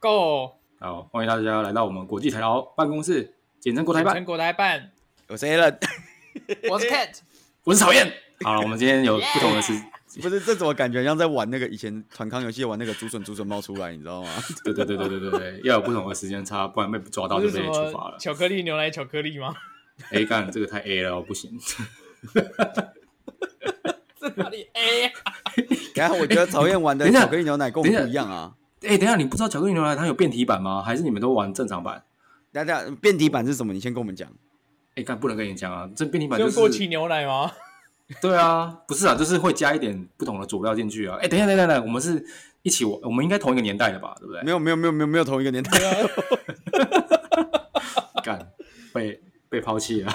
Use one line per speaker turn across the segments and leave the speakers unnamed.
Go，
好，欢迎大家来到我们国际台劳办公室，简称国台办
全。国台办，
我是 Alan，
我是 Cat，
我是讨厌。好了，我们今天有不同的事，
不是这怎么感觉像在玩那个以前团康游戏玩那个竹笋竹笋冒出来，你知道吗？
对对对对对对对，要有不同的时间差，不然被抓到
不
就是
什
被处罚
么
了。
巧克力牛奶巧克力吗？
A 干这个太 A 了哦，不行。
这哪 里 A？啊
然后我觉得讨厌玩 的
等一下
巧克力牛奶跟我们不一样啊。
哎、等一下，你不知道巧克力牛奶它有变体版吗？还是你们都玩正常版
大家变体版是什么？你先跟我们讲。
？A 干不能跟你讲啊，这变体版
就
就
过
是
期牛奶吗？
对啊，不是啊，就是会加一点不同的佐料进去啊。哎、等一下，等一下，等一下，我们是一起玩，我们应该同一个年代的吧？对不对
没？有没有没有没有没有同一个年代，
干被被抛弃了，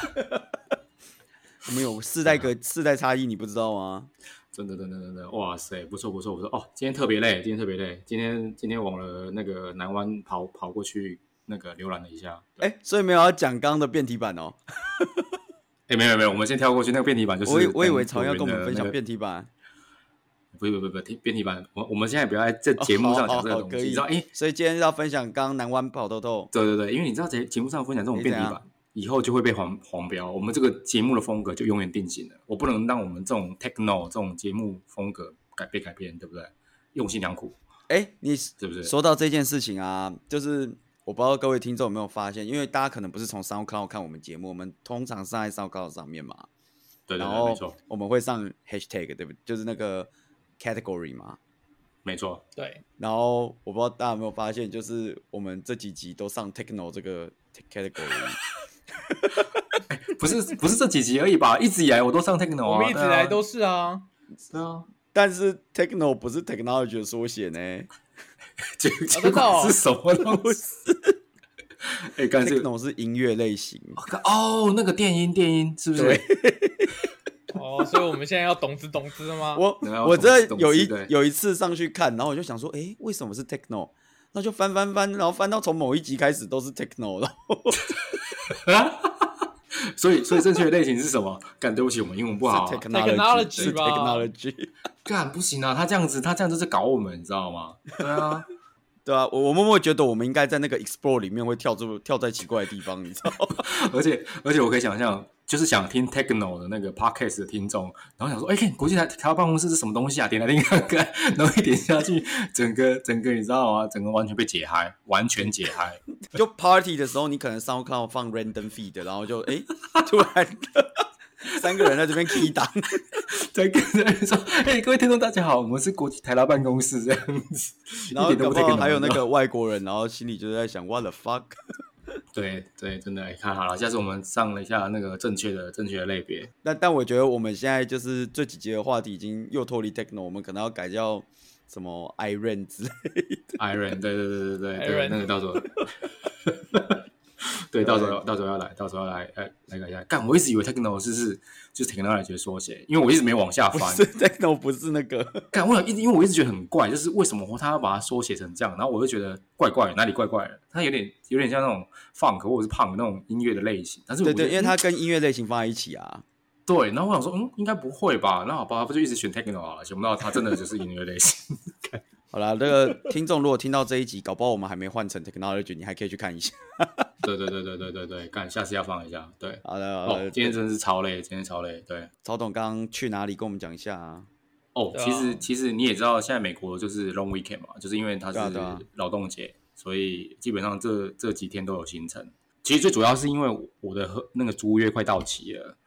我们有世代
啊
隔世代差异，你不知道吗？
真的，真的，真的，哇塞，不错，不错，不错哦！今天特别累，今天特别累，今天今天往了那个南湾跑跑过去，那个浏览了一下。哎、
哎、所以没有要讲刚刚的变体版哦。
哎，没有没有，我们先跳过去，那个变体版就是
我以我以
跟
为曹要跟我们分
那
享
个
变体版，
不不不不变体版，我我们现在不要在节目上讲这个
哦好好
东
可
西，
以
你知道？哎、
所以今天要分享刚刚南湾跑豆豆。
对对对，因为你知道节节目上分享这种变体
你哎怎
版，以后就会被黄黄标，我们这个节目的风格就永远定型了。我不能让我们这种 techno 这种节目风格改被改变，对不对？用心良苦，
哎、你
是不是？
说到这件事情啊，就是我不知道各位听众有没有发现，因为大家可能不是从 SoundCloud 看我们节目，我们通常是在 SoundCloud 上面嘛，
对对
然
对，没错
后我们会上 Hashtag 对不对？就是那个 category 嘛。
没错，
对，
然后我不知道大家有没有发现，就是我们这几集都上 techno 这个 category，
不是不是这几集而已吧？一直以来我都 上 techno 啊，
我们一直
对啊
来都是啊，
对啊，
但是 techno 不是 technology 的缩写呢
结
真
结
的哦
果是什么东西？ 哎，干脆
，techno 是音乐类型。
哦，那个电音电音是不是？
哦，所以我们现在要懂之懂之了吗？
我
然后
我
懂
这
事懂
有
事
一
对
有一次上去看，然后我就想说，诶，为什么是 techno？那就翻翻翻，然后翻到从某一集开始都是 techno 了。
所以所以正确的类型是什么？干，对不起，我们英文不好啊
是。technology，
technology
是
吧
technology。
干不行啊，他这样子，他这样就是搞我们，你知道 吗？对啊，
对啊，我我默默觉得我们应该在那个 explore 里面会跳出跳在奇怪的地方，你知道吗？
而且而且我可以想象，就是想听 techno 的那个 podcast 的听众，然后想说，哎、看国际台台湾办公室是什么东西啊？点来听看看，然后一点下去，整个整个你知道吗？整个完全被解嗨，完全解嗨。
就 party 的时候，你可能 SoundCloud 放 random feed，然后就诶， 突然三个人在这边 key 档，
再跟人说，哎、各位听众大家好，我们是国际台拉办公室这样子，
然后
一点
搞
都
不
不
好
techno，
还有那
你知道吗
个外国人，然后心里就在想 what the fuck。
对对，真的，哎看好了，下次我们上了一下那个正确的正确的类别，
但但我觉得我们现在就是这几集的话题已经又脱离 techno，我们可能要改叫什么 Iron 之类。
Iron，对对对对对
Iron
对，那个到时 候，对，到时候到时候要来，到时候要来，呃，来个一下。干，我一直以为 techno 是是就是 technology 的缩写，因为我一直没往下
不
翻
是。techno，不是那个。
干，我有一直因为我一直觉得很怪，就是为什么他要把它缩写成这样，然后我就觉得怪怪的，哪里怪怪的，它有点有点像那种 funk 或者是 punk 那种音乐的类型，但是我
对
觉得
对，因为
嗯
它跟音乐类型放在一起啊。
对，然后我想说，嗯，应该不会吧？那好吧，不就一直选 techno 好了，想不到它真的就是音乐类型。
好啦，这个听众如果听到这一集，搞不好我们还没换成 technology，你还可以去看一下。
对对对对对对对，干，下次要放一下。对，
好的，好
哦
的，
今天真的是超累，今天超累，对。
曹董刚刚去哪里？跟我们讲一下啊。
哦，
对啊
其实其实你也知道，现在美国就是 long weekend 嘛，就是因为它是
对啊对啊
劳动节，所以基本上这这几天都有行程。其实最主要是因为我的合那个租约快到期了，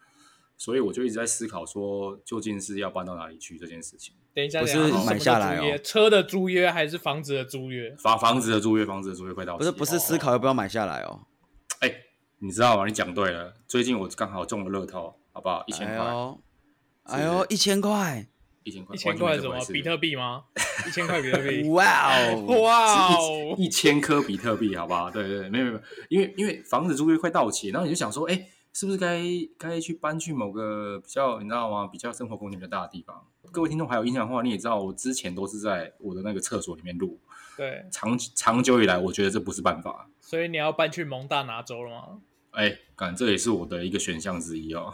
所以我就一直在思考说，究竟是要搬到哪里去这件事情。
等一下，
不是
等一下
买下
啊
来
什
哦
么叫租约车的租约还是房子的租约？
房房子的租约，房子的租约快到期哦
不是
了，
不是，思考要不要买下来哦。
哎、你知道吗？你讲对了，最近我刚好中了乐透，好不好？一千
哎
块，
呦，哎呦，一千块，
一千块，
一千块
完全没
什么
这回事
比特 币吗？一千块比特币？
哇哦！
哇
是
哦！
一一千颗比特币，好不好？对对对，没有没有，没有因为因为房子租约快到期，然后你就想说，哎，是不是该该去搬去某个比较你知道吗？比较生活空间比较大的地方。各位听众还有印象的话，你也知道，我之前都是在我的那个厕所里面录，
对，
长长久以来，我觉得这不是办法。
所以你要搬去蒙大拿州了吗？
哎，感这也是我的一个选项之一哦。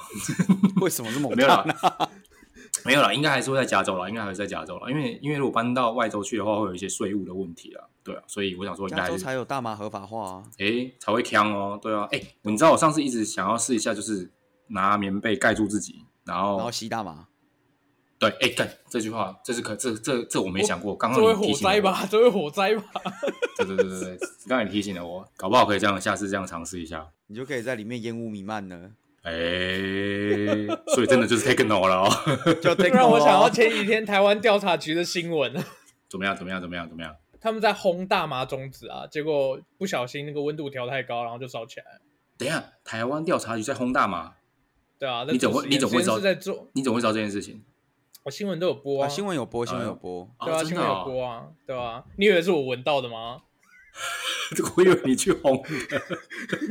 为什么是猛
没有
大
啦
拿？
没有啦，应该还是会在加州啦，应该还是在加州啦，因为因为如果搬到外州去的话，会有一些税务的问题啊，对啊，所以我想说应该
加
还
州
是
才有大麻合法化啊。
诶，才会呛哦，对啊，诶，你知道我上次一直想要试一下，就是拿棉被盖住自己，然后
然后吸大麻，
对，诶，干这句话，这是可这这这我没想过，刚刚
这会
你提
火
醒了
灾
我，
吧？这会火 灾吧？
对对对对对，刚才你提醒了我，搞不好可以这样，下次这样尝试一下，
你就可以在里面烟雾弥 漫了。
诶，所以真的就是 take no 了哦，
就啊 take
让我
no
想到
咯
前几天台湾调查局的新闻，
怎么样怎么样怎么样怎么样？
他们在烘大麻种子啊，结果不小心那个温度调太高，然后就烧起来了。
等一下，台湾调查局在轰大麻，
对啊，
你怎么
在做实
你怎
验
么会知道
实验室在做？
你怎么会知道这件事情？
我新闻都有播
啊
啊，
新闻有播，新闻有播。
对啊，
哦哦、真
新
的
闻有
哦、
播啊，对啊。你以为是我闻到 的吗？
我以为你去轰，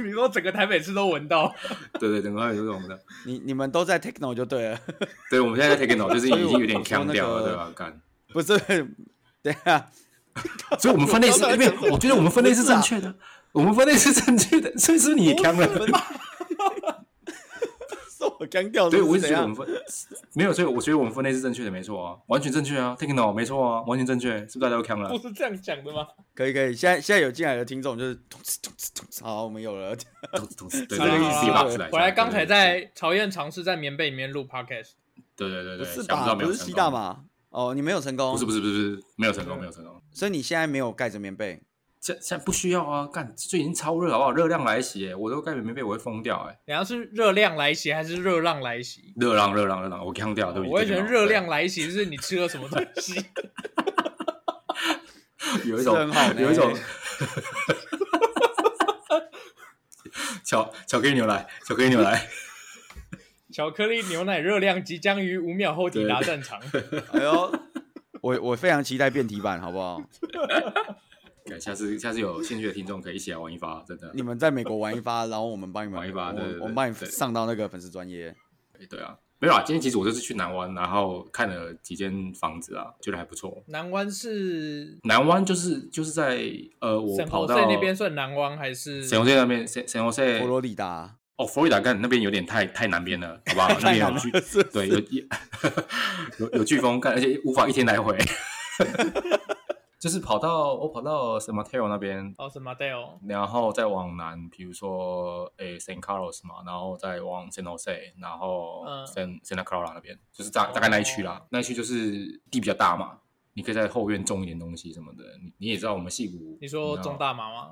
你说整个台北市都闻到，
对对，整个有这种的。
你你们都在 techno 就对了，
对，我们现在在 take no，就是已
所以
经
我
有点腔掉了，
我说那个
对吧？干，
不是？ 对啊，
所以我们分类是
我刚才
没有
讲什，么
我觉得我们分类是
不是
正
啊
确的，我们分类是正确的，所以是你也腔了。
是我刚掉的。
对，我一
是
直
怎
觉得我们
样？
分没有，所以我觉得我们分类是正确的，没错啊，完全正确啊，take no 没错啊，完全正确，是不是大家都腔了
不？是这样讲的吗？
可以可以，现在现在有进来的听众就是 咚哧咚哧咚哧，好，我们有了。
都是都是对，
好
这
啦
个意
好
思
啦
是
好啦
box 来讲。
我来刚才
对，
在曹燕尝试在棉被里面录 podcast，
对对对
不
对，
是
想
吧？
到没有
不是
成
吸
功
大？麻哦，你没有成功，
不是不是不是，不是没有成功，没有成功。
所以你现在没有盖着棉被。
现现在不需要啊，干，最近超热好不好？热量来袭耶，我都盖棉被我会疯掉哎，
你要是热量来袭还是热浪来袭？
热浪热浪热浪，我呛掉，对不起。
哦我也觉得
take no，
热量来袭就是你吃了什么东 西。
对有一种
是很好呢
有一
哎
种 巧巧克力牛奶，巧克力牛奶，
巧克力牛奶热量即将于五秒后抵达战场。
哎呦，我我非常期待变体版，好不好？
对下次下次有兴趣的听众可以一起来玩一发，真的
你。们在美国玩一发，然后我们帮你们
玩一发
我
对对对
我们帮你
对
上到那个粉丝专业。
对啊，没有啊，今天其实我就是去南湾，然后看了几间房子啊，觉得还不错。
南湾是
南湾就是就是在呃，我
沈
跑
侯
到
赛那边算南湾还是？
沈红那边，沈沈红
佛罗里达
哦，佛罗里达干那边有点太太南边 了，好不好？那边有飓，
是
对，有有有飓风干，而且无法一天来回。 就是跑到我跑到什么 t e l 那边，
哦，什么 d a l
然后再往南，比如说诶 San Carlos 嘛，然后再往 San Jose，然后
嗯
San、Santa Clara 那边，就是大大概那一区啦。
哦
那一区就是地比较大嘛，你可以在后院种一点东西什么的。你你也知道我们戏谷，
你说
知道
中大麻吗？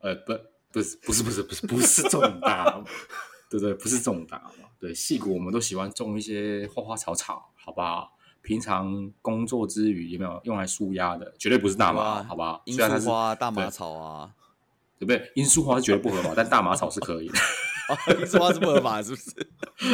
呃，不，不是，不是，不是，不是，不是重大， 对对，不是重大嘛。对，戏骨我们都喜欢种一些花花草草，好不好？平常工作之余有没有用来舒压的？绝对不是大麻，
哇
好不好？
啊罂
虽然它是
粟花、大麻
对
草啊，
对不对？罂粟花是绝对不合法，但大麻草是可以的。
哦，罂粟花是不合法，是不是？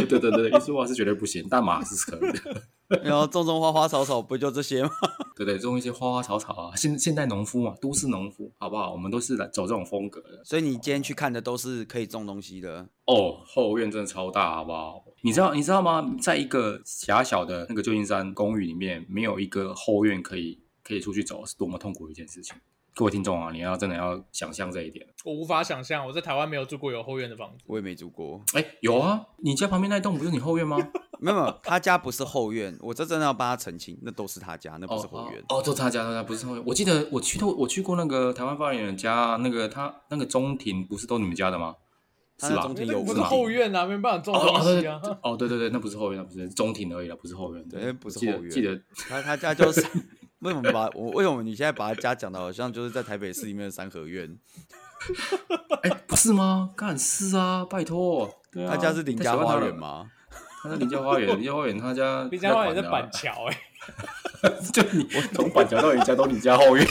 对对对对，罂粟花是绝对不行，大麻是可以的。
然后种种花花草草不就这些吗？
对对，种一些花花草草啊，现现代农夫嘛，都市农夫，好不好？我们都是来走这种风格的。
所以你今天去看的都是可以种东西的，
哦，后院真的超大，好不好？你知道你知道吗？在一个狭小的那个旧金山公寓里面，没有一个后院可以可以出去走，是多么痛苦的一件事情。各位听众啊，你要真的要想象这一点。
我无法想象，我在台湾没有住过有后院的房子。
我也没住过。
哎，有啊，你家旁边那一栋不是你后 院吗？
没有，没有，他家不是后院，我这真的要帮他澄清，那都是他家，那不是后院。
哦，哦，都他家，都他不是后院。我记得我去过，我去过那个台湾发言人家，那个他那个中庭不是都你们家的吗？
他
是
那
吧？
中庭
那
有
个不
屋
是
嘛？
后院啊，没办法种
哦
东
哦
西啊。
对哦对对对，那不是后院，那不是中庭而已了，不是后院。
对那不是
记得
后院
记得
他他家就是为什么把我为什么你现在把他家讲的好像就是在台北市里面的三合院？
哎，不是吗？干是啊，拜托，对啊
他家是林家花园？吗？
他在林家花园，林家花园他家
林家花园在
板
板桥哎、
桥， 就你从板桥到你家都你家后院，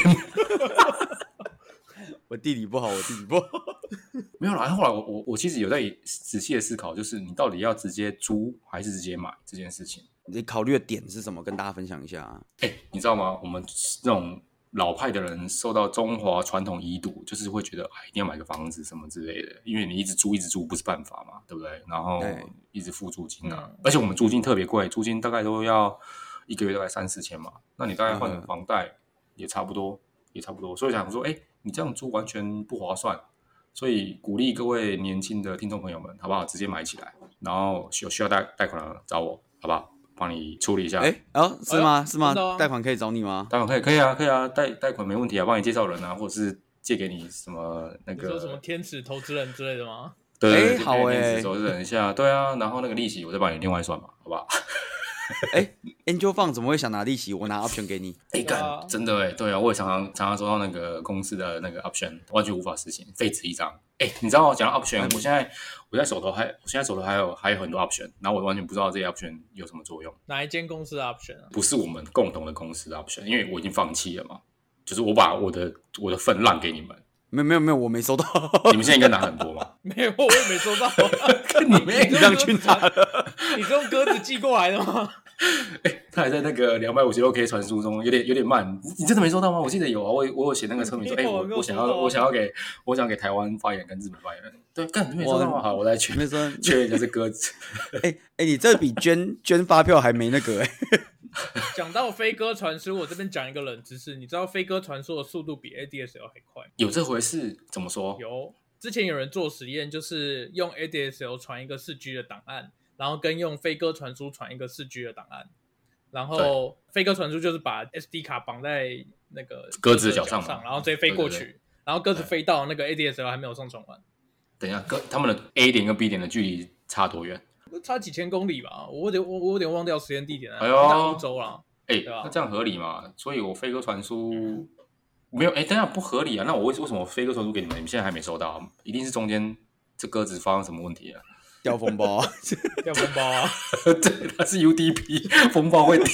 我地理不好，我地理不好。
没有啦。后来我我我其实有在仔细的思考，就是你到底要直接租还是直接买这件事情。
你考虑的点是什么？跟大家分享一下啊。
哎，你知道吗？我们这种老派的人受到中华传统遗毒，就是会觉得哎，一定要买个房子什么之类的，因为你一直租一直租不是办法嘛，对不对？然后
对
一直付租金啊，
嗯
而且我们租金特别贵，租金大概都要一个月大概三四千嘛，那你大概换
嗯
成
哼
房贷也差不多，也差不多。所以想说，哎，你这样租完全不划算。所以鼓励各位年轻的听众朋友们，好不好？直接买起来，然后有需要贷贷款的找我，好不好？帮你处理一下。
哎，哦，是吗？是吗
真的啊？
贷款可以找你吗？
贷款可以，可以啊，可以啊，贷贷款没问题啊，帮你介绍人啊，或者是借给你什么那
你说什么
个，
天使投资人之类的吗？
对对
哎
对，
好哎
哎，忍一下，对啊，然后那个利息我再帮你另外算嘛，好 吧？
啊
哎，Angel Fund 怎么会想拿利息？我拿 option 给你。
哎，
对
干、
啊
真的哎，对啊，我也常常常常收到那个公司的那个 option，完全无法实行，废纸一张。哎，你知道我讲到
嗯
option，、我现在我现在手头还，我现在手头还有还有很多 option，然后我完全不知道这些 option 有什么作用，
哪一间公司的 option 啊？
不是我们共同的公司的 option，因为我已经放弃了嘛，就是我把我的我的份让给你们，
没有没有没有，我没收到。
你们现在应该拿很多嘛，
没有，我也没收到。啊
你们也
你
让去拿
了？ 你是用鸽子寄过来的吗？
他还在那个两百五十六 K 传输中，有点有点慢。你你真的没收到吗？我记得有啊，我我有写那个声明说，
嗯没
哎、
有
我
没有
我想
收到
要
啊
我想要给我想给台湾发言人跟日本发言人。对，干你没收到吗？
哇
好，我来确
没 说，
确认一下是鸽子。
哎哎，你这比捐捐发票还没那个哎。
讲到飞鸽传书，我这边讲一个冷知识，你知道飞鸽传书的速度比 ADSL 还快吗？
有这回事？怎么说？
有，之前有人做实验，就是用 ADSL 传一个四 G 的档案，然后跟用飞鸽传输传一个四 G 的档案，然后飞鸽传输就是把 SD 卡绑在那个
鸽子的
脚
脚上嘛
然后直接飞过去，
对对
然后鸽子
对
飞到那个 ADSL 还没有上传完，
等一下，鸽他们的 A 点跟 B 点的距离差多远？
差几千公里吧，我有点我我有点忘掉时间地点了，
哎
在
呦
欧洲啦。
哎、
对啊嗯
那这样合理吗？所以我飞鸽传书没有哎、等一下不合理啊！那我为为什么我飞鸽传书给你们？你们现在还没收到？一定是中间这鸽子发生什么问题啊？
掉风啊包，
掉风包啊！
对，它是 UDP 风暴会掉。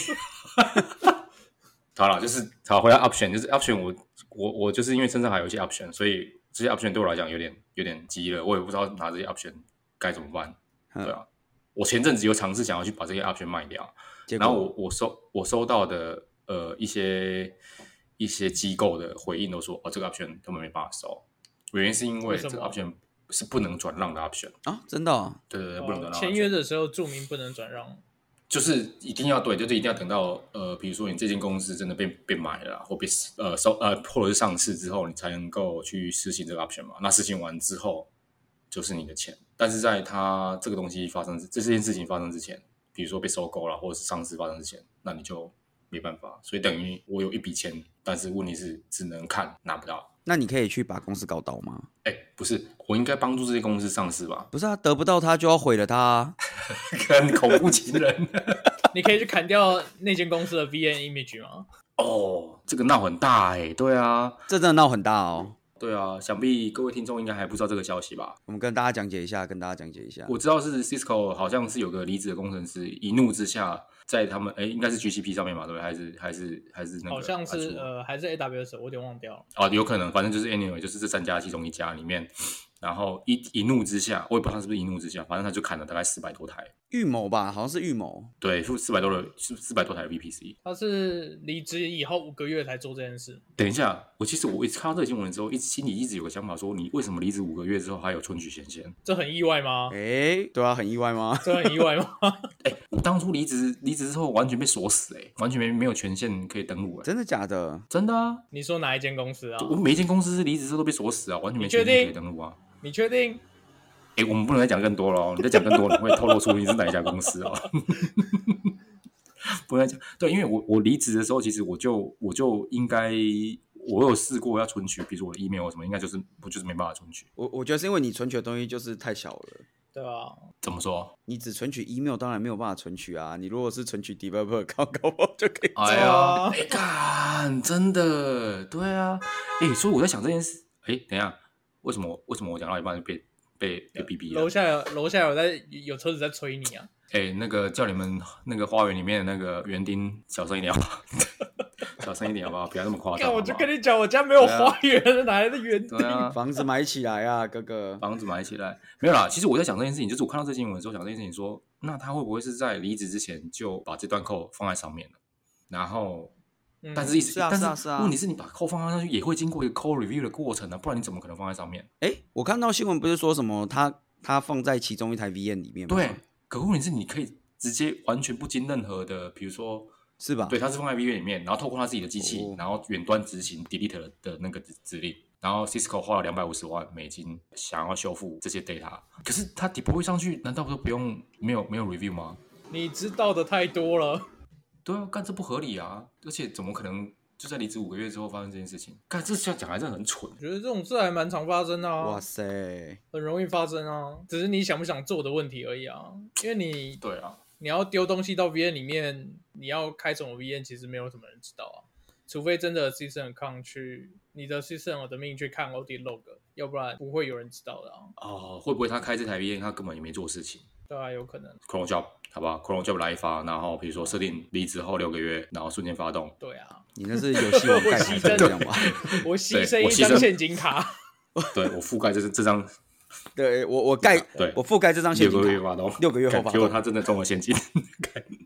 好了，就是好回到 option，就是 option 我。我我就是因为身上还有一些 option，所以这些 option 对我来讲有点有点急了，我也不知道拿这些 option 该怎么办。
嗯
对啊，我前阵子有尝试想要去把这些 option 卖掉，
结
然后
果
我我收我收到的呃一些一些机构的回应都说，哦，这个 option 根本没办法收，原因是因
为
为
什
这个
么
option 是不能转让的 option，
啊，真的哦
对对对， 不能啊转让
哦
的 option。
签约的时候注明不能转让，
就是一定要对，就是一定要等到呃，比如说你这间公司真的被被买了啊，或被呃收呃，或者是上市之后，你才能够去实行这个 option 嘛。那实行完之后，就是你的钱。但是在它这个东西发生之，这件事情发生之前，比如说被收购了，或者是上市发生之前，那你就没办法。所以等于我有一笔钱，但是问题是只能看拿不到。
那你可以去把公司搞倒吗？
哎，不是，我应该帮助这些公司上市吧？
不是啊，得不到他就要毁了他啊。
跟恐怖情人
你可以去砍掉那间公司的 VN image 吗？
哦，这个闹很大哎、对啊。
这真的闹很大哦。
对啊，想必各位听众应该还不知道这个消息吧？
我们跟大家讲解一下，跟大家讲解一
嗯
下。
我知道是 Cisco 好像是有个离职的工程师，一怒之下在他们哎，应该是 GCP 上面嘛，对不对？还是还是还是那个
好像
安
是
卓
呃还是 AWS，我有点忘掉了。
啊，有可能，反正就是 anyway，就是这三家其中一家里面，然后一一怒之下，我也不知道他是不是一怒之下，反正他就砍了大概四百多台，
预谋吧，好像是预谋。
对，就四百多的四四百多台的 VPC。
他是离职以后五个月才做这件事，
等一下，我其实我一看到这个新闻之后，一直心里一直有个想法说，你为什么离职五个月之后还有春菊显现？
这很意外吗？
哎
诶，对啊，很意外吗？
这很意外吗？
我当初离职离职之后完全被锁死哎、完全没没有权限可以登录哎、
真的假的？
真的啊，
你说哪一间公司啊？
我每一间公司离职之后都被锁死啊，完全没权限可以登录啊。
你确定？
哎、我们不能再讲更多了哦，你再讲更多，你会透露出你是哪一家公司哦。 不能再讲，对，因为我我离职的时候，其实我就我就应该，我有试过要存取，比如说我的 email 什么，应该就是我就是没办法存取。
我我觉得是因为你存取的东西就是太小了，
对啊吧？
怎么说？
你只存取 email 当然没有办法存取啊。你如果是存取 developer，搞搞不好就可以。
哎
啊
呀，哎干，真的，对啊，哎、所以我在想这件事，哎、等一下，为什么为什么我讲到一半就被被被逼逼了？
楼下有楼下有在有车子在催你啊！
哎、那个叫你们那个花园里面的那个园丁小声一点好不 好？小声一点好不好？不要那么夸张。
看，我就
好不好
跟你讲，我家没有
对啊
花园，哪来的园地？
对啊，
房子买起来啊，哥哥。
房子买起来没有啦。其实我在想这件事情，就是我看到这新闻的时候想这件事情说，那他会不会是在离职之前就把这段扣放在上面了？然后，
嗯
但是一直、
是啊
但
是啊是啊
问题是你把扣放上去也会经过一个扣 review 的过程啊，不然你怎么可能放在上面？
诶，我看到新闻不是说什么他他放在其中一台 VM 里面吗？
对，，可问题是你可以直接完全不经任何的，比如说
是吧？
对，它是放在 V 院里面，然后透过他自己的机器，
哦
然后远端执行 delete 的的那个指指令。然后 Cisco 花了两百五十万美金想要修复这些 data，可是它 deploy 上去，难道都不用没有没有 review 吗？
你知道的太多了。
对啊，干这不合理啊！而且怎么可能就在离职五个月之后发生这件事情？干这想讲还是很蠢。欸
我觉得这种事还蛮常发生的
哇
啊，
塞，
很容易发生啊，只是你想不想做的问题而已啊。因为你
对啊，
你要丢东西到 VN 里面，你要开什么 VN，其实没有什么人知道啊，除非真的 Season Con 去你的 Season 的命去看 OD log，要不然不会有人知道的啊。
哦，会不会他开这台 V N，他根本也没做事情
对啊，有可能。
？Cron Job 好吧，Cron Job 来发，然后比如说设定离职后六个月，然后瞬间发动，
对啊，
你那是游 戏王盖牌才这样吧？
我牺牲
对我
一
牺牲
张现金卡，
对我覆盖这这张
对我我盖
对
我覆盖这张现
六个
金
月
卡。
发动，
六个月后
干
发动
结果他真的中了现金，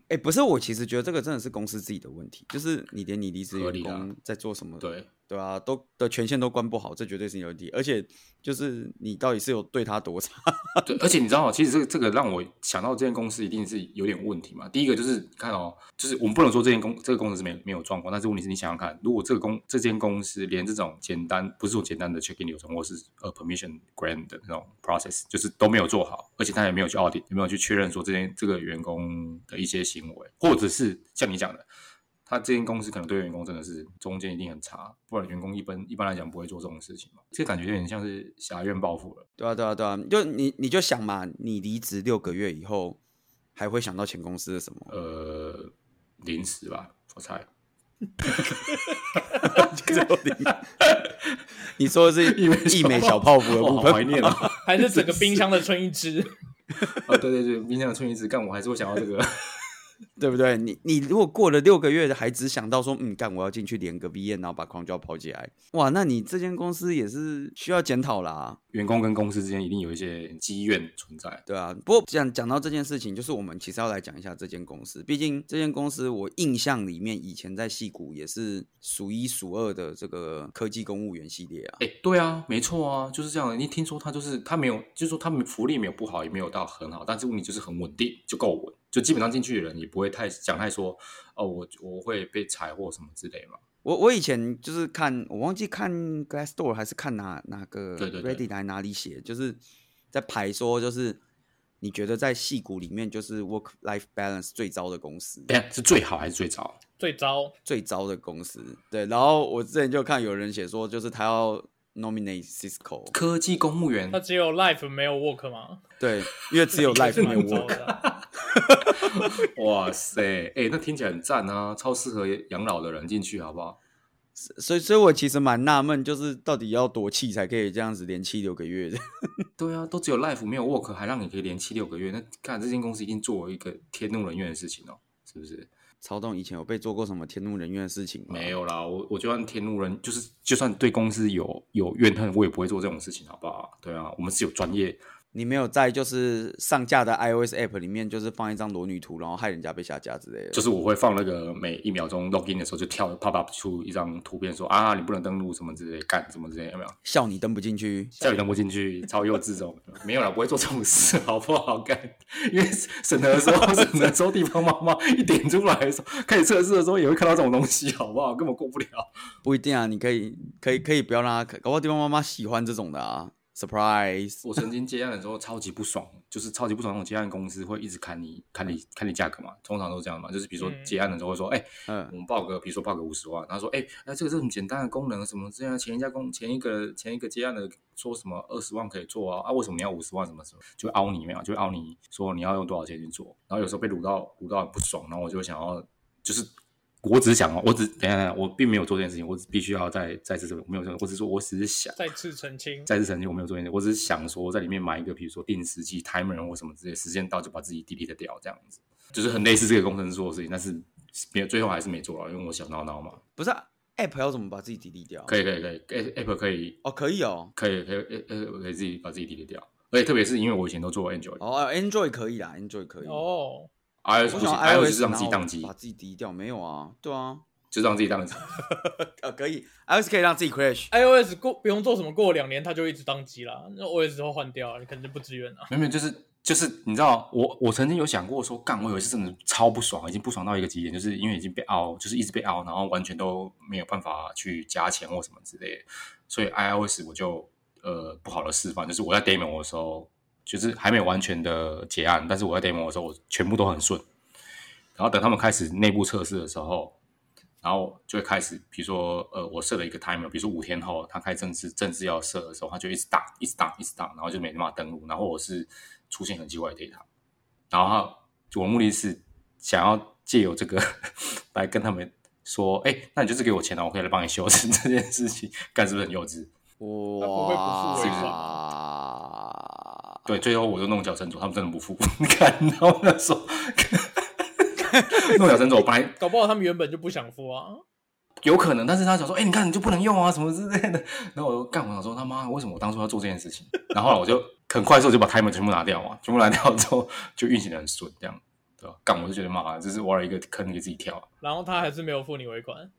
哎、不是，我其实觉得这个真的是公司自己的问题，就是你连你离职
合理
员
啦
工在做什么，
对
对啊，都的权限都关不好，这绝对是你的问题。而且就是你到底是有对他多差？
对，而且你知道，哦其实这个这个让我想到这间公司一定是有点问题嘛。第一个就是看哦，就是我们不能说这间公这个公司是没有没有状况，但是问题是你想想看，如果这个公这间公司连这种简单不是说简单的 check in 流程或是呃 permission grant 的那种 process，就是都没有做好，而且他也没有去 audit，也没有去确认说这间这个员工的一些行为，或者是像你讲的。他这间公司可能对员工真的是中间一定很差，不然员工一般一般来讲不会做这种事情嘛。这感觉有点像是侠怨报复了。
对啊，对啊，对啊，就你你就想嘛，你离职六个月以后，还会想到前公司的什么？
呃，零食吧，我猜。
只有 你你说的是
一枚
一枚小泡芙的
我
部
好
分
怀念
吗
啊！啊、
还是整个冰箱的春一只？
对对对，冰箱的春一直干，我还是会想到这个。
对不对？你你如果过了六个月还只想到说，嗯，干我要进去连个 V N，然后把狂交跑起来，哇，那你这间公司也是需要检讨啦，
员工跟公司之间一定有一些积怨存在。
对啊。不过讲讲到这件事情，就是我们其实要来讲一下这间公司，毕竟这间公司我印象里面以前在戏谷也是数一数二的这个科技公务员系列啊。
哎，对啊，没错啊，就是这样的。你听说他就是他没有，就是说他们福利没有不好，也没有到很好，但是问题就是很稳定，就够稳，就基本上进去的人也不会太讲太说哦，我我会被裁或什么之类嘛。
我我以前就是看，我忘记看 Glassdoor 还是看哪哪个
对对对
Reddit 还哪里写，就是在排说，就是你觉得在戏骨里面，就是 work life balance 最糟的公司，
等一下是最好还是最糟？
最糟，
最糟的公司。对，然后我之前就看有人写说，就是他要 nominate Cisco，
科技公务员
它只有 life 没有 work 吗？
对，因 为只有 life 没有
蛮糟
work。
的啊。
哇塞，哎、那听起来很赞啊，超适合养老的人进去，好不好？
所以，所以我其实蛮纳闷，就是到底要多气才可以这样子连气六个月的？
对啊，都只有 life 没有 work，还让你可以连七六个月，那看这间公司一定做一个天怒人怨的事情哦，是不是？啊
曹董以前有被做过什么天怒人怨的事情吗？
没有啦，我我就算天怒人，就是就算对公司有有怨恨，我也不会做这种事情，好不好？对啊，我们是有专业，
你没有在就是上架的 iOS app 里面，就是放一张裸女图，然后害人家被下架之类的。
就是我会放那个每一秒钟 login 的时候就跳 pop up 出一张图片说啊，你不能登录什么之类，干什么之类，有没有？
笑你登不进去，
叫你登不进去，超幼稚这种，没有啦，不会做这种事，好不好？干，因为审核的时候，审核的时候，地方妈妈一点出来的时候，开始测试的时候也会看到这种东西，好不好？根本过不了。
不一定啊，你可以可以可以不要让他看，搞不好地方妈妈喜欢这种的啊，surprise。
我曾经接案的时候超级不爽，就是超级不爽那种接案公司会一直砍你、砍你、砍你价格嘛，通常都这样嘛。就是比如说
嗯
接案的时候会说，哎、我
嗯，
们报个，比如说报个五十万，他说，哎、那这个是很简单的功能，什么这样，前一家公前一个前一个接案的说什么二十万可以做啊，啊，为什么你要五十万什么什么，就会凹你没有，就会凹你说你要用多少钱去做，然后有时候被撸到撸到很不爽，然后我就会想要就是。我只是想哦，我只等一下，等一下我并没有做这件事情，我只必须要再再次这个我没有做，我只是说我只是想，
再次澄清，
再次澄清，我没有做这件事，我只是想说在里面买一个，比如说定时器、timer 或什么之类，时间到就把自己 delete 掉，这样子，就是很类似这个工程师做的事情，但是没有最后还是没做了，因为我小闹闹嘛。
不是、啊、app 要怎么把自己 delete 掉？
可
以
以可以可以，A-，app 可以
哦，可以哦。
可以可以呃呃，可以自己把自己 delete 掉，而且特别是因为我以前都做 Android，iOS、
哦呃，Android 可以啦，Android 可以。，
哦，
我
不行
想 iOS
是让自己
然
宕
后
机
把，自己 delete 掉没有啊？对啊，
就让自己宕机。
呃，可以，iOS 可以让自己 crash。
iOS 过不用做什么，过两年它就一直宕机啦。那 OS 都换掉了，你可能就不支援了。
没有没有，就是就是，你知道，我我曾经有想过说，干，我有一次真的超不爽，已经不爽到一个极点，就是因为已经被凹，就是一直被凹，然后完全都没有办法去加钱或什么之类的，所以 iOS 我就呃不好的示范，就是我在 demo 的时候，就是还没有完全的结案，但是我在 demo 的时候，我全部都很顺，然后等他们开始内部测试的时候，然后就会开始，比如说呃，我设了一个 timer，比如说五天后他开正式正式要设的时候，他就一直打，一直打，一直打，然后就没办法登录，然后我是出现很奇怪的 data，然后他我的目的是想要借由这个来跟他们说，哎、那你就是给我钱了，我可以来帮你修正这件事情，干是不是很幼稚？
他不会不付
哇，
为
对，最后我就弄巧成拙，他们真的不付。 你看，然后那时候 弄巧成拙，我本来
搞不好他们原本就不想付啊。
有可能，但是他想说，哎、你看你就不能用啊，什么之类的。然后我就干，我想说他妈，为什么我当初要做这件事情？然后后来我就很快速就把 timer 全部拿掉嘛， 全部拿掉之后就运行的很顺，这样对吧？干，我就觉得妈，这是挖了一个坑给自己跳，
然后他还是没有付你尾款，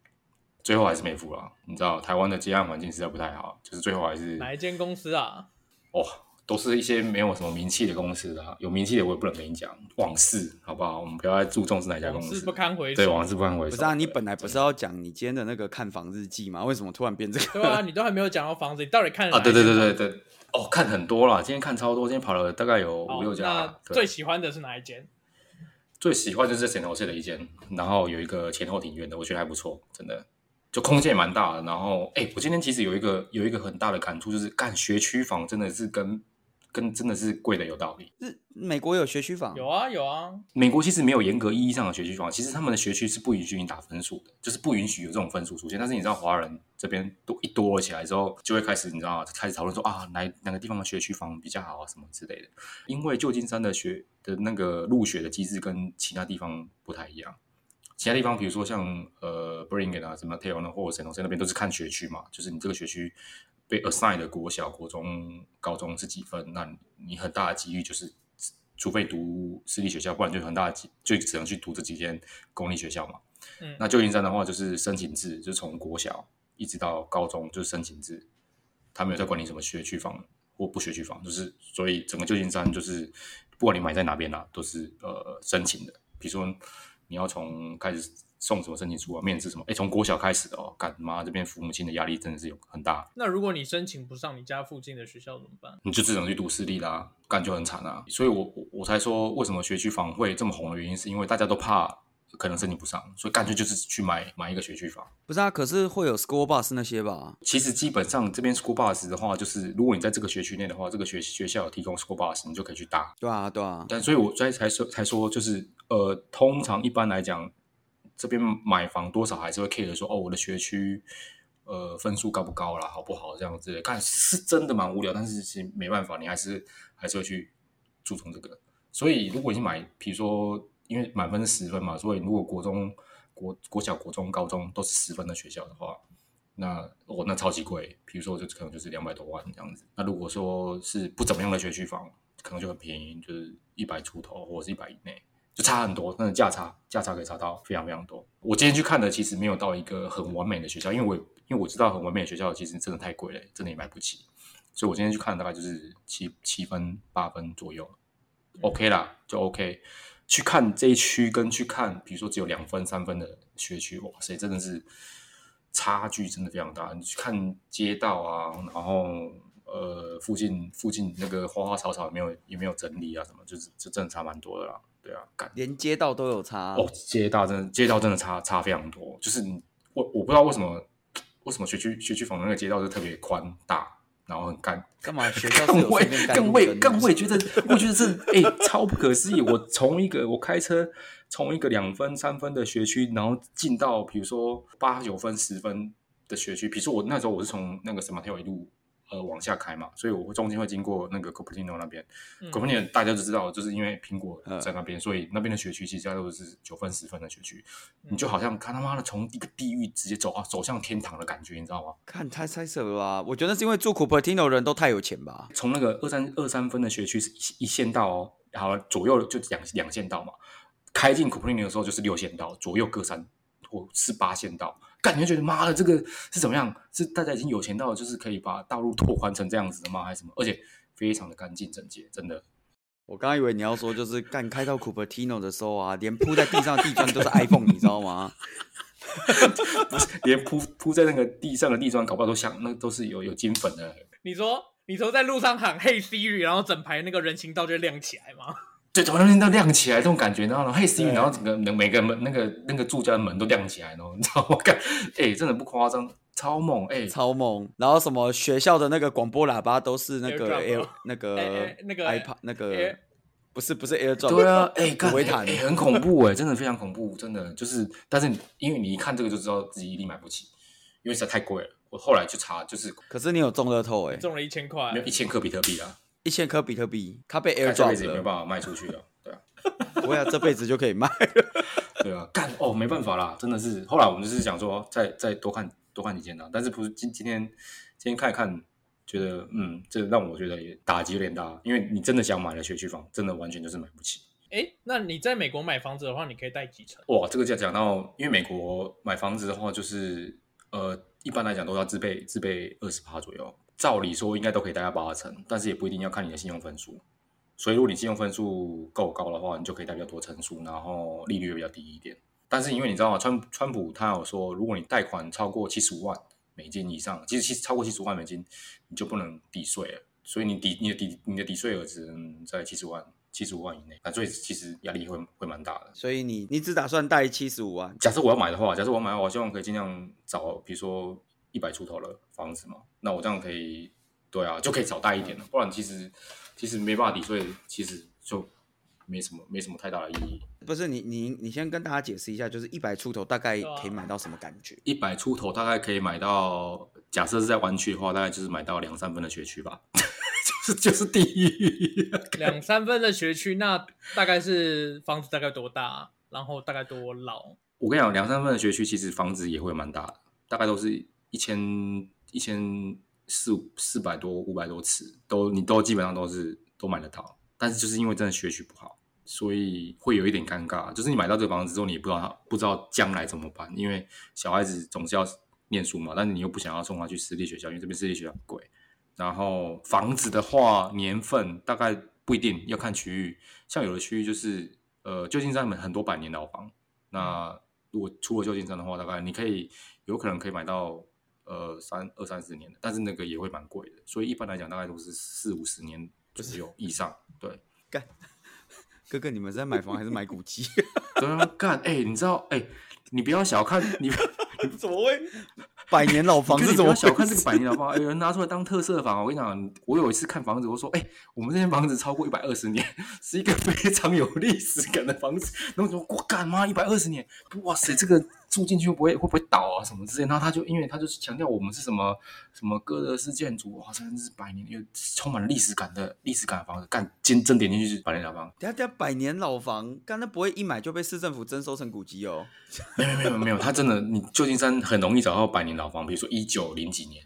最后还是没付了。你知道台湾的接案环境实在不太好，就是最后还是
哪一间公司啊？
哦，都是一些没有什么名气的公司啦，有名气的我也不能跟你讲往事，好不好？我们不要再注重是哪一家公
往事
司
不，堪回
对，
首。
往事不堪回
不
首。
是啊，你本来不是要讲你今天的那个看房日记吗？为什么突然变这个？
对 啊，你都还没有讲到房子，你到底看了
啊，
哪一
对对
间
对对对，哦，看很多啦，今天看超多，今天跑了大概有
好
五六家啦。
哦那
对
最喜欢的是哪一间？
最喜欢就是枕头室的一间，然后有一个前后庭院的，我觉得还不错，真的，就空间也蛮大的。然后，哎，我今天其实有一个有一个很大的感触，就是干学区房真的是跟跟真的是贵的有道理。
日美国有学区房，
有啊有啊，
美国其实没有严格意义上的学区房，其实他们的学区是不允许你打分数的，就是不允许有这种分数出现。但是你知道华人这边多一多了起来之后，就会开始你知道开始讨论说啊哪哪个地方的学区房比较好啊什么之类的。因为旧金山的学的那个入学的机制跟其他地方不太一样，其他地方比如说像呃 b r i n g a n 啊什么 Taylor 或者沈龙山那边都是看学区嘛，就是你这个学区被 assign 的国小、国中、高中是几分，那你你很大的几率就是。除非读私立学校，不然就很大的几就只能去读这几间公立学校嘛。
嗯
那旧金山的话就是申请制，就是从国小一直到高中就是申请制，他没有在管你什么学区房或不学区房，就是所以整个旧金山就是不管你买在哪边啦、都是呃申请的。比如说你要从开始送什么申请书啊、面试什么，哎，从国小开始的哦，干妈这边父母亲的压力真的是有很大，
那如果你申请不上你家附近的学校怎么办？
你就只能去读私立啦，干就很惨啊。所以我我我才说，为什么学区房会这么红的原因，是因为大家都怕可能申请不上，所以干脆就是去买买一个学区房。
不是啊？可是会有 school bus 那些吧？
其实基本上这边 school bus 的话，就是如果你在这个学区内的话，这个学学校有提供 school bus，你就可以去搭。
对啊，对啊，
但所以我才才说才说，就是呃，通常一般来讲，这边买房多少还是会 care 说，哦，我的学区呃分数高不高啦，好不好这样子的。看是真的蛮无聊，但是其实没办法，你还是还是会去注重这个。所以如果你买，比如说因为满分是十分嘛，所以如果国中国国小、国中、高中都是十分的学校的话，那哦，那超级贵，比如说就可能就是两百多万这样子。那如果说是不怎么样的学区房，可能就很便宜，就是一百出头或者是一百以内，就差很多。那价差价差可以差到非常非常多。我今天去看的其实没有到一个很完美的学校，因为我也因为我知道很完美的学校其实真的太贵了，真的也买不起。所以我今天去看大概就是七七分八分左右，OK 啦，就 OK。去看这一区跟去看，比如说只有两分三分的学区，哇塞，真的是差距真的非常大。你去看街道啊，然后呃附近附近那个花花草草也没有也没有整理啊什么，就是就真的差蛮多的啦。对啊，感
连街道都有差。
哦，街道真的街道真的差差非常多，就是你我我不知道为什么为什么学区学区房的那个街道就特别宽大，然后很干
干嘛？学校是
更
有
会
随便盖
更
路
会
灯的
更会觉得， 我觉得这哎、超不可思议。我从一个我开车从一个两分三分的学区，然后进到比如说八九分十分的学区，比如说我那时候我是从那个什么 hill 一路呃往下开嘛，所以我会中间会经过那个 Cupertino 那边。
嗯
Cupertino 大家都知道，就是因为苹果
嗯
在那边，所以那边的学区其实大家都是九分十分的学区，
嗯
嗯
你就好像看他妈的从一个地狱直接走啊走向天堂的感觉，你知道吗？
看太猜扯了吧？我觉得是因为住 Cupertino 人都太有钱吧？
从那个二三二三分的学区是一一线道哦，然后左右就两两线道嘛，开进 c o p e r n i 的时候就是六线道，左右各三或是八线道，感觉觉得妈的这个是怎么样？是大家已经有钱到就是可以把道路拓宽成这样子的吗？还是什么？而且非常的干净整洁，真的。
我刚刚以为你要说就是干开到 Cupertino 的时候啊，连铺在地上的地砖都是 iPhone，你知道吗？
不是连铺铺在那个地上的地砖，搞不好都像那都是有有金粉的。
你说你说在路上喊 “Hey Siri”，然后整排那个人行道就会亮起来吗？
对，突然间都亮起来，这种感觉，然后呢，嘿，Siri，
对
然后整个每个门那个那个住家的门都亮起来，然后你知道吗？ 干，哎，真的不夸张，超猛，哎，
超猛。然后什么学校的那个广播喇叭都是那个
AirDrop
Air 那
哎
个
哎那个
iPad 那
Air-
个不是不是 AirDrop，
对 啊，哎，干
不会弹
哎很恐怖哎，真的非常恐怖，真的就是，但是你因为你一看这个就知道自己一定买不起，因为实在太贵了。我后来去查，就是
可是你有中乐透哎、
中了一千块
没，有一千克比特币啊，
一千颗比特币，它被
干这辈
AirDrop
子也没
了，
办法卖出去了，对啊。
我想这辈子就可以卖。
对啊，干哦，没办法啦，真的是。后来我们就是想说，再再多看多看几间啦，但是不是今今天今天看一看，觉得嗯，这让我觉得也打击有点大，因为你真的想买了学区房，真的完全就是买不起。
哎，那你在美国买房子的话，你可以贷几成？
哇，这个就讲到，因为美国买房子的话，就是呃，一般来讲都要自备自备二十趴左右，照理说应该都可以贷到八成，但是也不一定要看你的信用分数。所以如果你信用分数够高的话，你就可以贷比较多成数，然后利率也比较低一点。但是因为你知道吗，川川普他有说，如果你贷款超过七十五万美金以上，其实其实超过七十五万美金，你就不能抵税了。所以你抵你的抵你的抵税额只能在七十万七十五万以内，啊，所以其实压力会会蛮大的。
所以你你只打算贷七十五万，
假设我要买的话，假设我要买的话，我希望可以尽量找，比如说一百出头的房子嘛，那我这样可以，对啊，就可以少贷一点了。不然其实其实没办法抵税，其实就没什么没什么太大的意义。
不是你你你先跟大家解释一下，就是一百出头大概
对啊
可以买到什么感觉？
一百出头大概可以买到，假设是在湾区的话，大概就是买到两三分的学区吧， 就是就是地狱。
两三分的学区，那大概是房子大概多大？然后大概多老？
我跟你讲，两三分的学区其实房子也会蛮大的，大概都是一千一千四四百多五百多尺，都你都基本上都是都买得到。但是就是因为真的学区不好，所以会有一点尴尬。就是你买到这个房子之后，你也不知道它不知道将来怎么办，因为小孩子总是要念书嘛，但是你又不想要送他去私立学校，因为这边私立学校很贵。然后房子的话，年份大概不一定要看区域，像有的区域就是呃，旧金山很很多百年老房，那如果出了旧金山的话，大概你可以有可能可以买到呃三二三十年的，但是那个也会蛮贵的，所以一般来讲大概都是四五十年左右以上。对，
哥哥，你们是在买房还是买古迹？
对啊，干哎、你知道哎、你不要小看你不，
怎么会？ 百年老房
你
子
不
怎么
要
回
小看这个
事
百年老房，有人拿出来当特色房。我跟你讲，我有一次看房子，我说哎、我们这间房子超过一百二十年，是一个非常有历史感的房子。然后我说我干妈一百二十年，哇塞，这个住进去会不会会不会倒啊什么之类的。然后他就因为他就是强调我们是什么什么哥德式建筑，哇，真的是百年又充满了历史感的历史感的房子，干真真点进去就是百年老房。
等下等下，百年老房，刚才不会一买就被市政府征收成古迹哦？
没有没有没有，它真的，你旧金山很容易找到百年老房，比如说一九零几年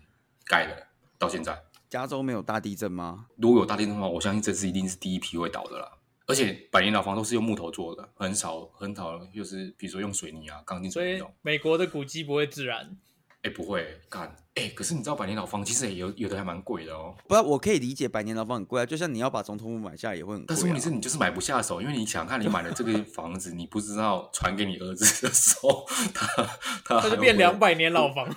盖的，到现在，
加州没有大地震吗？
如果有大地震的话，我相信这次一定是第一批会倒的啦。而且百年老房都是用木头做的，很少很少，就是比如说用水泥啊、钢筋
所
水泥那
以
种。
美国的古迹不会自燃。
哎、不会干哎、可是你知道百年老房其实也有有的还蛮贵的哦。
啊
不然我可以理解百年老房很贵啊，就像你要把总统府买下来也会很贵、啊。
但是问题是你就是买不下手，因为你想看你买了这个房子，你不知道传给你儿子的时候， 他他
它
还
就
会
变
啊不会
两百年老房，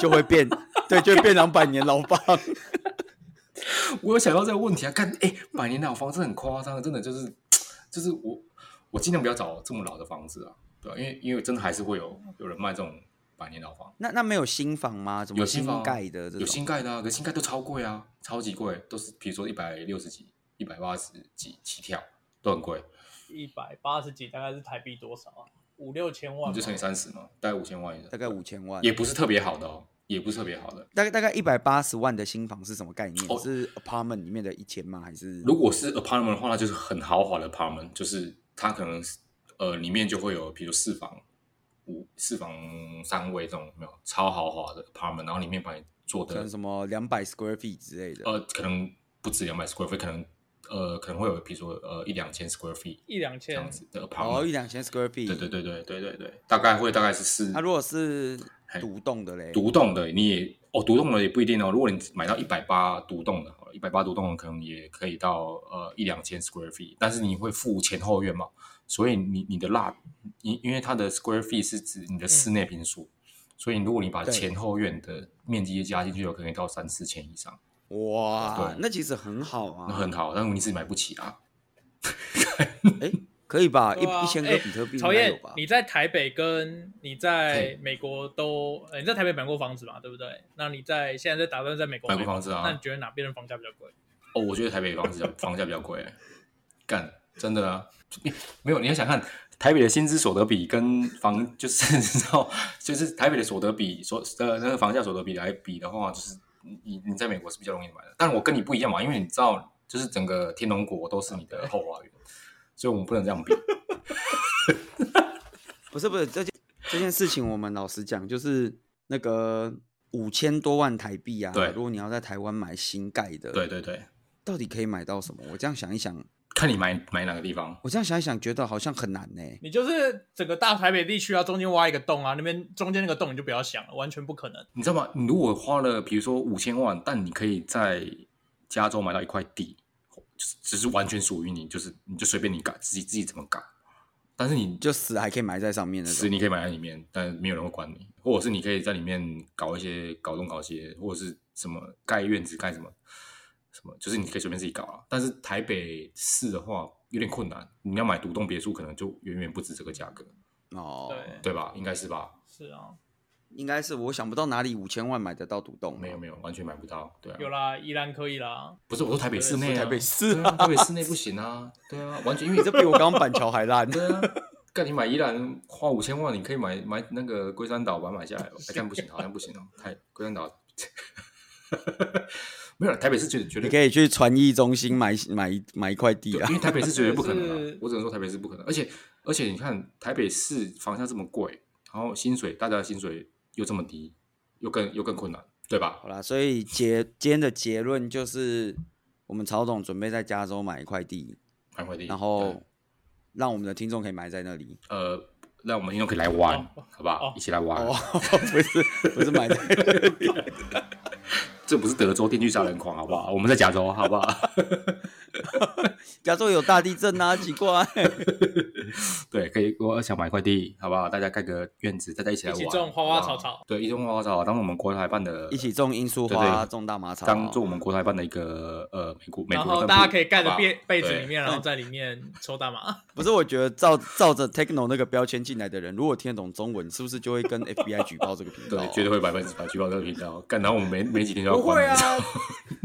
就会 变，对，就会变成百年老房。
我有想到这个问题啊，看，哎、百年老房真的很夸张，真的就是就是我我尽量不要找这么老的房子啊，对啊，因为因为真的还是会有有人卖这种百年老房，
那那没有新房吗？怎么
有新房啊
盖的这
有
种？
新盖的啊，可是新盖都超贵啊，超级贵，都是比如说一百六十几、一百八十几起跳，都很贵，
一百八十几，大概是台币多少啊？五六千万
你就。
吧
乘以三十嘛，大概五千万一个
大，概五千万，
也不是特别好的哦，也不是特别好的。
大概大概一百八十万的新房是什么概念？
哦
是 apartment 里面的一千吗？还是
如果是 apartment 的话，那就是很豪华的 apartment，就是它可能是呃里面就会有，比如四房、五四房三卫这种有没有超豪华的 apartment，然后里面把你做的
像什么两百 square feet 之类的？
呃可能不止两百 square feet，可能呃可能会有比如说呃一两千 square feet
一两
这样
千，
子的
哦，
apartment，、
一两千 square feet。
对对。对对对对对，大概会大概是四
那、如果是
嘿
独栋的嘞，
独栋的你也哦独栋的也不一定哦，如果你买到一百八独栋的好了，一百八独栋的可能也可以到呃一两千 square feet，但是你会付前后院嘛，所以你你的蜡，因因为它的 square feet 是指你的室内平数，所以如果你把
嗯对
前后院的面积加进去，有可能到三四千以上，
哇
对，
那其实很好
那
啊。
很好，但问题是买不起啊。
哎，可以吧？一
对啊
一千
哎
个比特币应
曹
该有
燕
吧，？
你在台北跟你在
嘿
美国都，呃你在台北买过房子嘛，对不对？那你在现在在打算在美
哦
国
买过
房
房子啊
那你觉得哪边的房价比较贵？
哦，我觉得台北房子房价比较贵，欸干真的啊，没有你要想看台北的薪资所得比跟房就是 你知道就是台北的所得比所呃那个房价所得比来比的话，就是你你你在美国是比较容易买的，但我跟你不一样嘛，因为你知道就是整个天龙国都是你的后花园，所以我们不能这样比。
不是不是，这件这件事情我们老实讲，就是那个五千多万台币啊
对，
如果你要在台湾买新盖的，
对，对对，
到底可以买到什么？我这样想一想，
看你买买哪个地方。
我这样想一想，觉得好像很难呢、
你就是整个大台北地区啊，中间挖一个洞啊，那边中间那个洞你就不要想了，完全不可能。
你知道吗？你如果花了比如说五千万，但你可以在加州买到一块地，就是只是完全属于你，就是你就随便你改，自己自己怎么改。但是你
就死还可以埋在上面那
是
种。
你可以买在里面，但没有人会管你，或者是你可以在里面搞一些搞东搞西，或者是什么盖院子盖什么什么，就是你可以随便自己搞啊。但是台北市的话有点困难，你要买独栋别墅可能就远远不止这个价格，
哦，
对
对吧？应该是吧？
是啊，
应该是我想不到哪里五千万买得到独栋啊，
没有没有，完全买不到，对啊。
有啦，依然可以啦。
不是，我说台北市内、啊，
台北市
对
啊
啊，台北市内不行啊，对啊，完全因为
你
你
这
这
比我刚刚板桥还烂。
对啊，干你买宜兰花五千万，你可以买买那个龟山岛把它买下 来吧，哎，但不行，好像不行哦，太龟山岛 没有啦，台北市绝对绝
你
对
可以去传艺中心买买一买一块地
对
啊
因，为台北市绝对不可能
可
啊
是，
我只能说台北市不可能，而且而且你看台北市房价这么贵，然后薪水大家的薪水又这么低，又更又更困难，对吧？
好啦，所以结今天的结论就是，我们曹总准备在加州买一块地，
买回地，
然
对
后让我们的听众可以埋在那里。
呃，让我们听众可以来玩，好不好？
哦
一起来玩。
哦， 不是不是埋在那里，
这不是德州电锯杀人狂，好不好？我们在加州，好不好？
加州有大地震啊，奇怪。
对，可以，我想买一块地，好不好？大家盖个院子，大家一起来玩，
一起种花花草草
好不好对，一起种花花草草，当我们国台办的
一起种罂粟
对
花啊，
对
种大麻草啊，
当做我们国台办的一个呃美国美
然
国的
后
分部，
大家可以盖着
好不好
被被子里
对
面，然后在里面抽大麻。
不是，我觉得照照着 techno 那个标签进来的人，如果听得懂中文，是不是就会跟 FBI 举报这个频道啊、
对，绝对会百分之百举报这个频道。干，然后我们没没几天就要
不
关
会
了。
啊，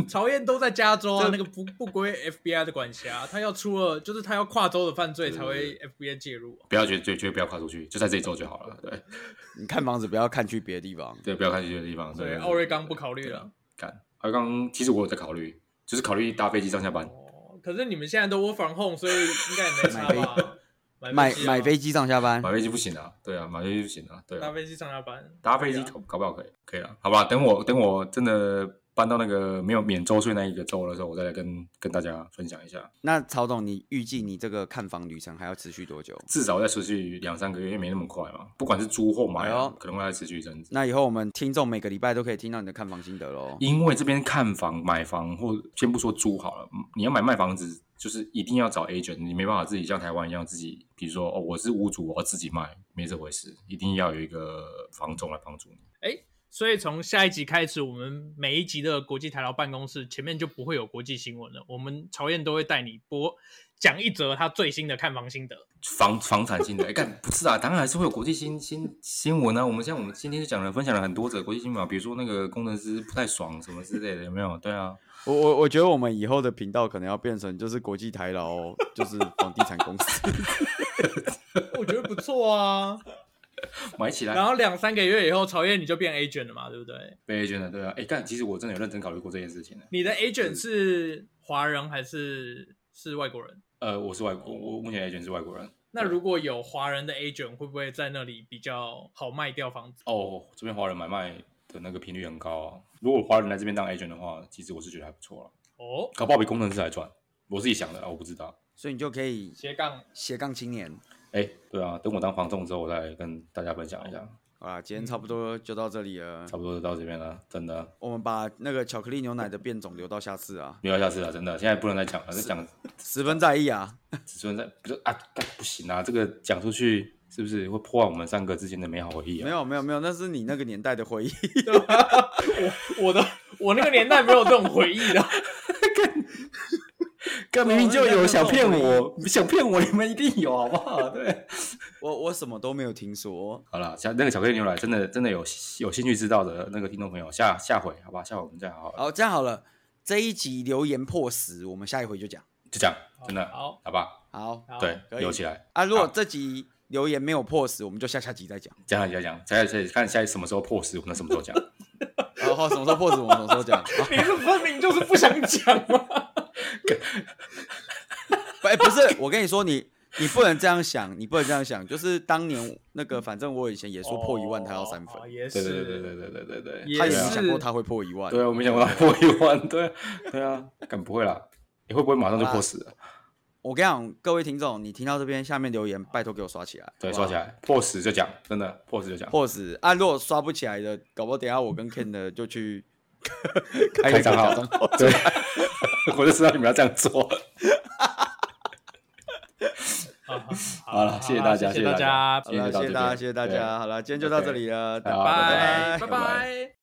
曹燕都在加州啊
这，
那个不不归 FBI 的管辖，他要出了就是他要跨州的犯罪才会 FBI 介入啊。
不要绝绝绝不要跨出去，就在这一周就好了。对
你看房子不要看去别的地方。
对，不要看这些地方。
对，
对，
奥瑞冈不考虑了。
干。而刚其实我有在考虑，就是考虑搭飞机上下班。
哦，可是你们现在都 work from home，所以应该也没差吧？买
买
飞机啊
买飞机上下班
买，飞机不行啊，对啊，买飞机不行啊，对啊
搭。飞机上下班，
搭飞机
对啊
搞搞不好可以，可以了，好吧？等我等我真的搬到那个没有免周税那一个州的时候，我再来跟跟大家分享一下。
那曹总，你预计你这个看房旅程还要持续多久？
至少再持续两三个月，因为没那么快嘛。不管是租或买、
哎呦
啊，可能会再持续一阵子。
那以后我们听众每个礼拜都可以听到你的看房心得喽。
因为这边看房、买房，或先不说租好了，嗯你要买卖房子，就是一定要找 agent，你没办法自己像台湾一样自己，比如说哦，我是屋主，我要自己卖，没这回事，一定要有一个房仲来帮助你。
所以从下一集开始，我们每一集的国际台劳办公室前面就不会有国际新闻了。我们曹燕都会带你播讲一则他最新的看房心得。
房房产新的，哎、干不是啊，当然还是会有国际新新新闻啊。我们像我们今天就讲了，分享了很多则国际新闻、啊，比如说那个工程师不太爽什么之类的，有没有？对啊，
我我我觉得我们以后的频道可能要变成就是国际台劳， 就是房地产公司。
我觉得不错啊。
买起
然
来
后两三个月以后，曹燕你就变 agent 了嘛，对不对？
被 agent 的，对啊。哎、干，其实我真的有认真考虑过这件事情呢、啊
你的 agent 是华人还是是外国人？
呃，我是外国，我我目前 agent 是外国人。
那如果有华人的 agent，会不会在那里比较好卖掉房子？
哦，这边华人买卖的那个频率很高啊。如果华人来这边当 agent 的话，其实我是觉得还不错了，
哦，
搞不好比工程师还赚。我自己想的啊，我不知道。
所以你就可以
斜杠
斜杠青年。
哎、对啊，等我当房仲之后，我再跟大家分享一下。
好啦，今天差不多就到这里了
差。不多就到这边了，真的。
我们把那个巧克力牛奶的变种留到下次啊，
没有下次了，真的，现在不能再讲了，再讲
十分在意啊。
只存在不是啊，干不行啊，这个讲出去是不是会破坏我们三个之间的美好回忆
没
啊？
有没有没有，那是你那个年代的回忆。
我我的我那个年代没有这种回忆的，
干明明就有想骗我，想骗我，你们一定有好不好？对，
我我什么都没有听说。
好了，像那个巧克力牛奶，真的真的有有兴趣知道的那个听众朋友，下下回好吧，下回我们再好好
好，这样好了，这一集留言破十，我们下一回就讲。
就这样， 真的
好
好吧？
好
好
对，
可以
留起来，
啊，如果
好
这集留言没有破十，我们就下下集再讲。
讲啊讲讲讲，再再看下一什么时候破十，我们什么时候讲？
然后什么时候破十，我们什么时候讲。好
你这分明就是不想讲 嘛！
不、哎不是，我跟你说，你你不能这样想，你不能这样想。就是当年那个，反正我以前也说破一万，他要三分，
哦也
对
是，
对对对对对对对对，
也
他也
对啊
没
是
想过他会破一万。
对啊，我没想过他破一万，对啊对啊，敢不会啦？你会不会马上就破十了？
我跟你讲，各位听众，你听到这边下面留言，拜托给我刷起来。
对，
好
刷
不好
起来，破十就讲，真的破十就讲，
破十啊！如果刷不起来的，搞不好等一下我跟 Ken 的就去
开
开一个
账
假
号
账，
对，我就知道你们要这样做。
好好好
好了，谢谢大家，
谢
大
大家，
好
谢
了，
谢
谢谢大家，谢
谢
谢大。家。好了，今天就到这里了，
好
拜
拜
拜拜。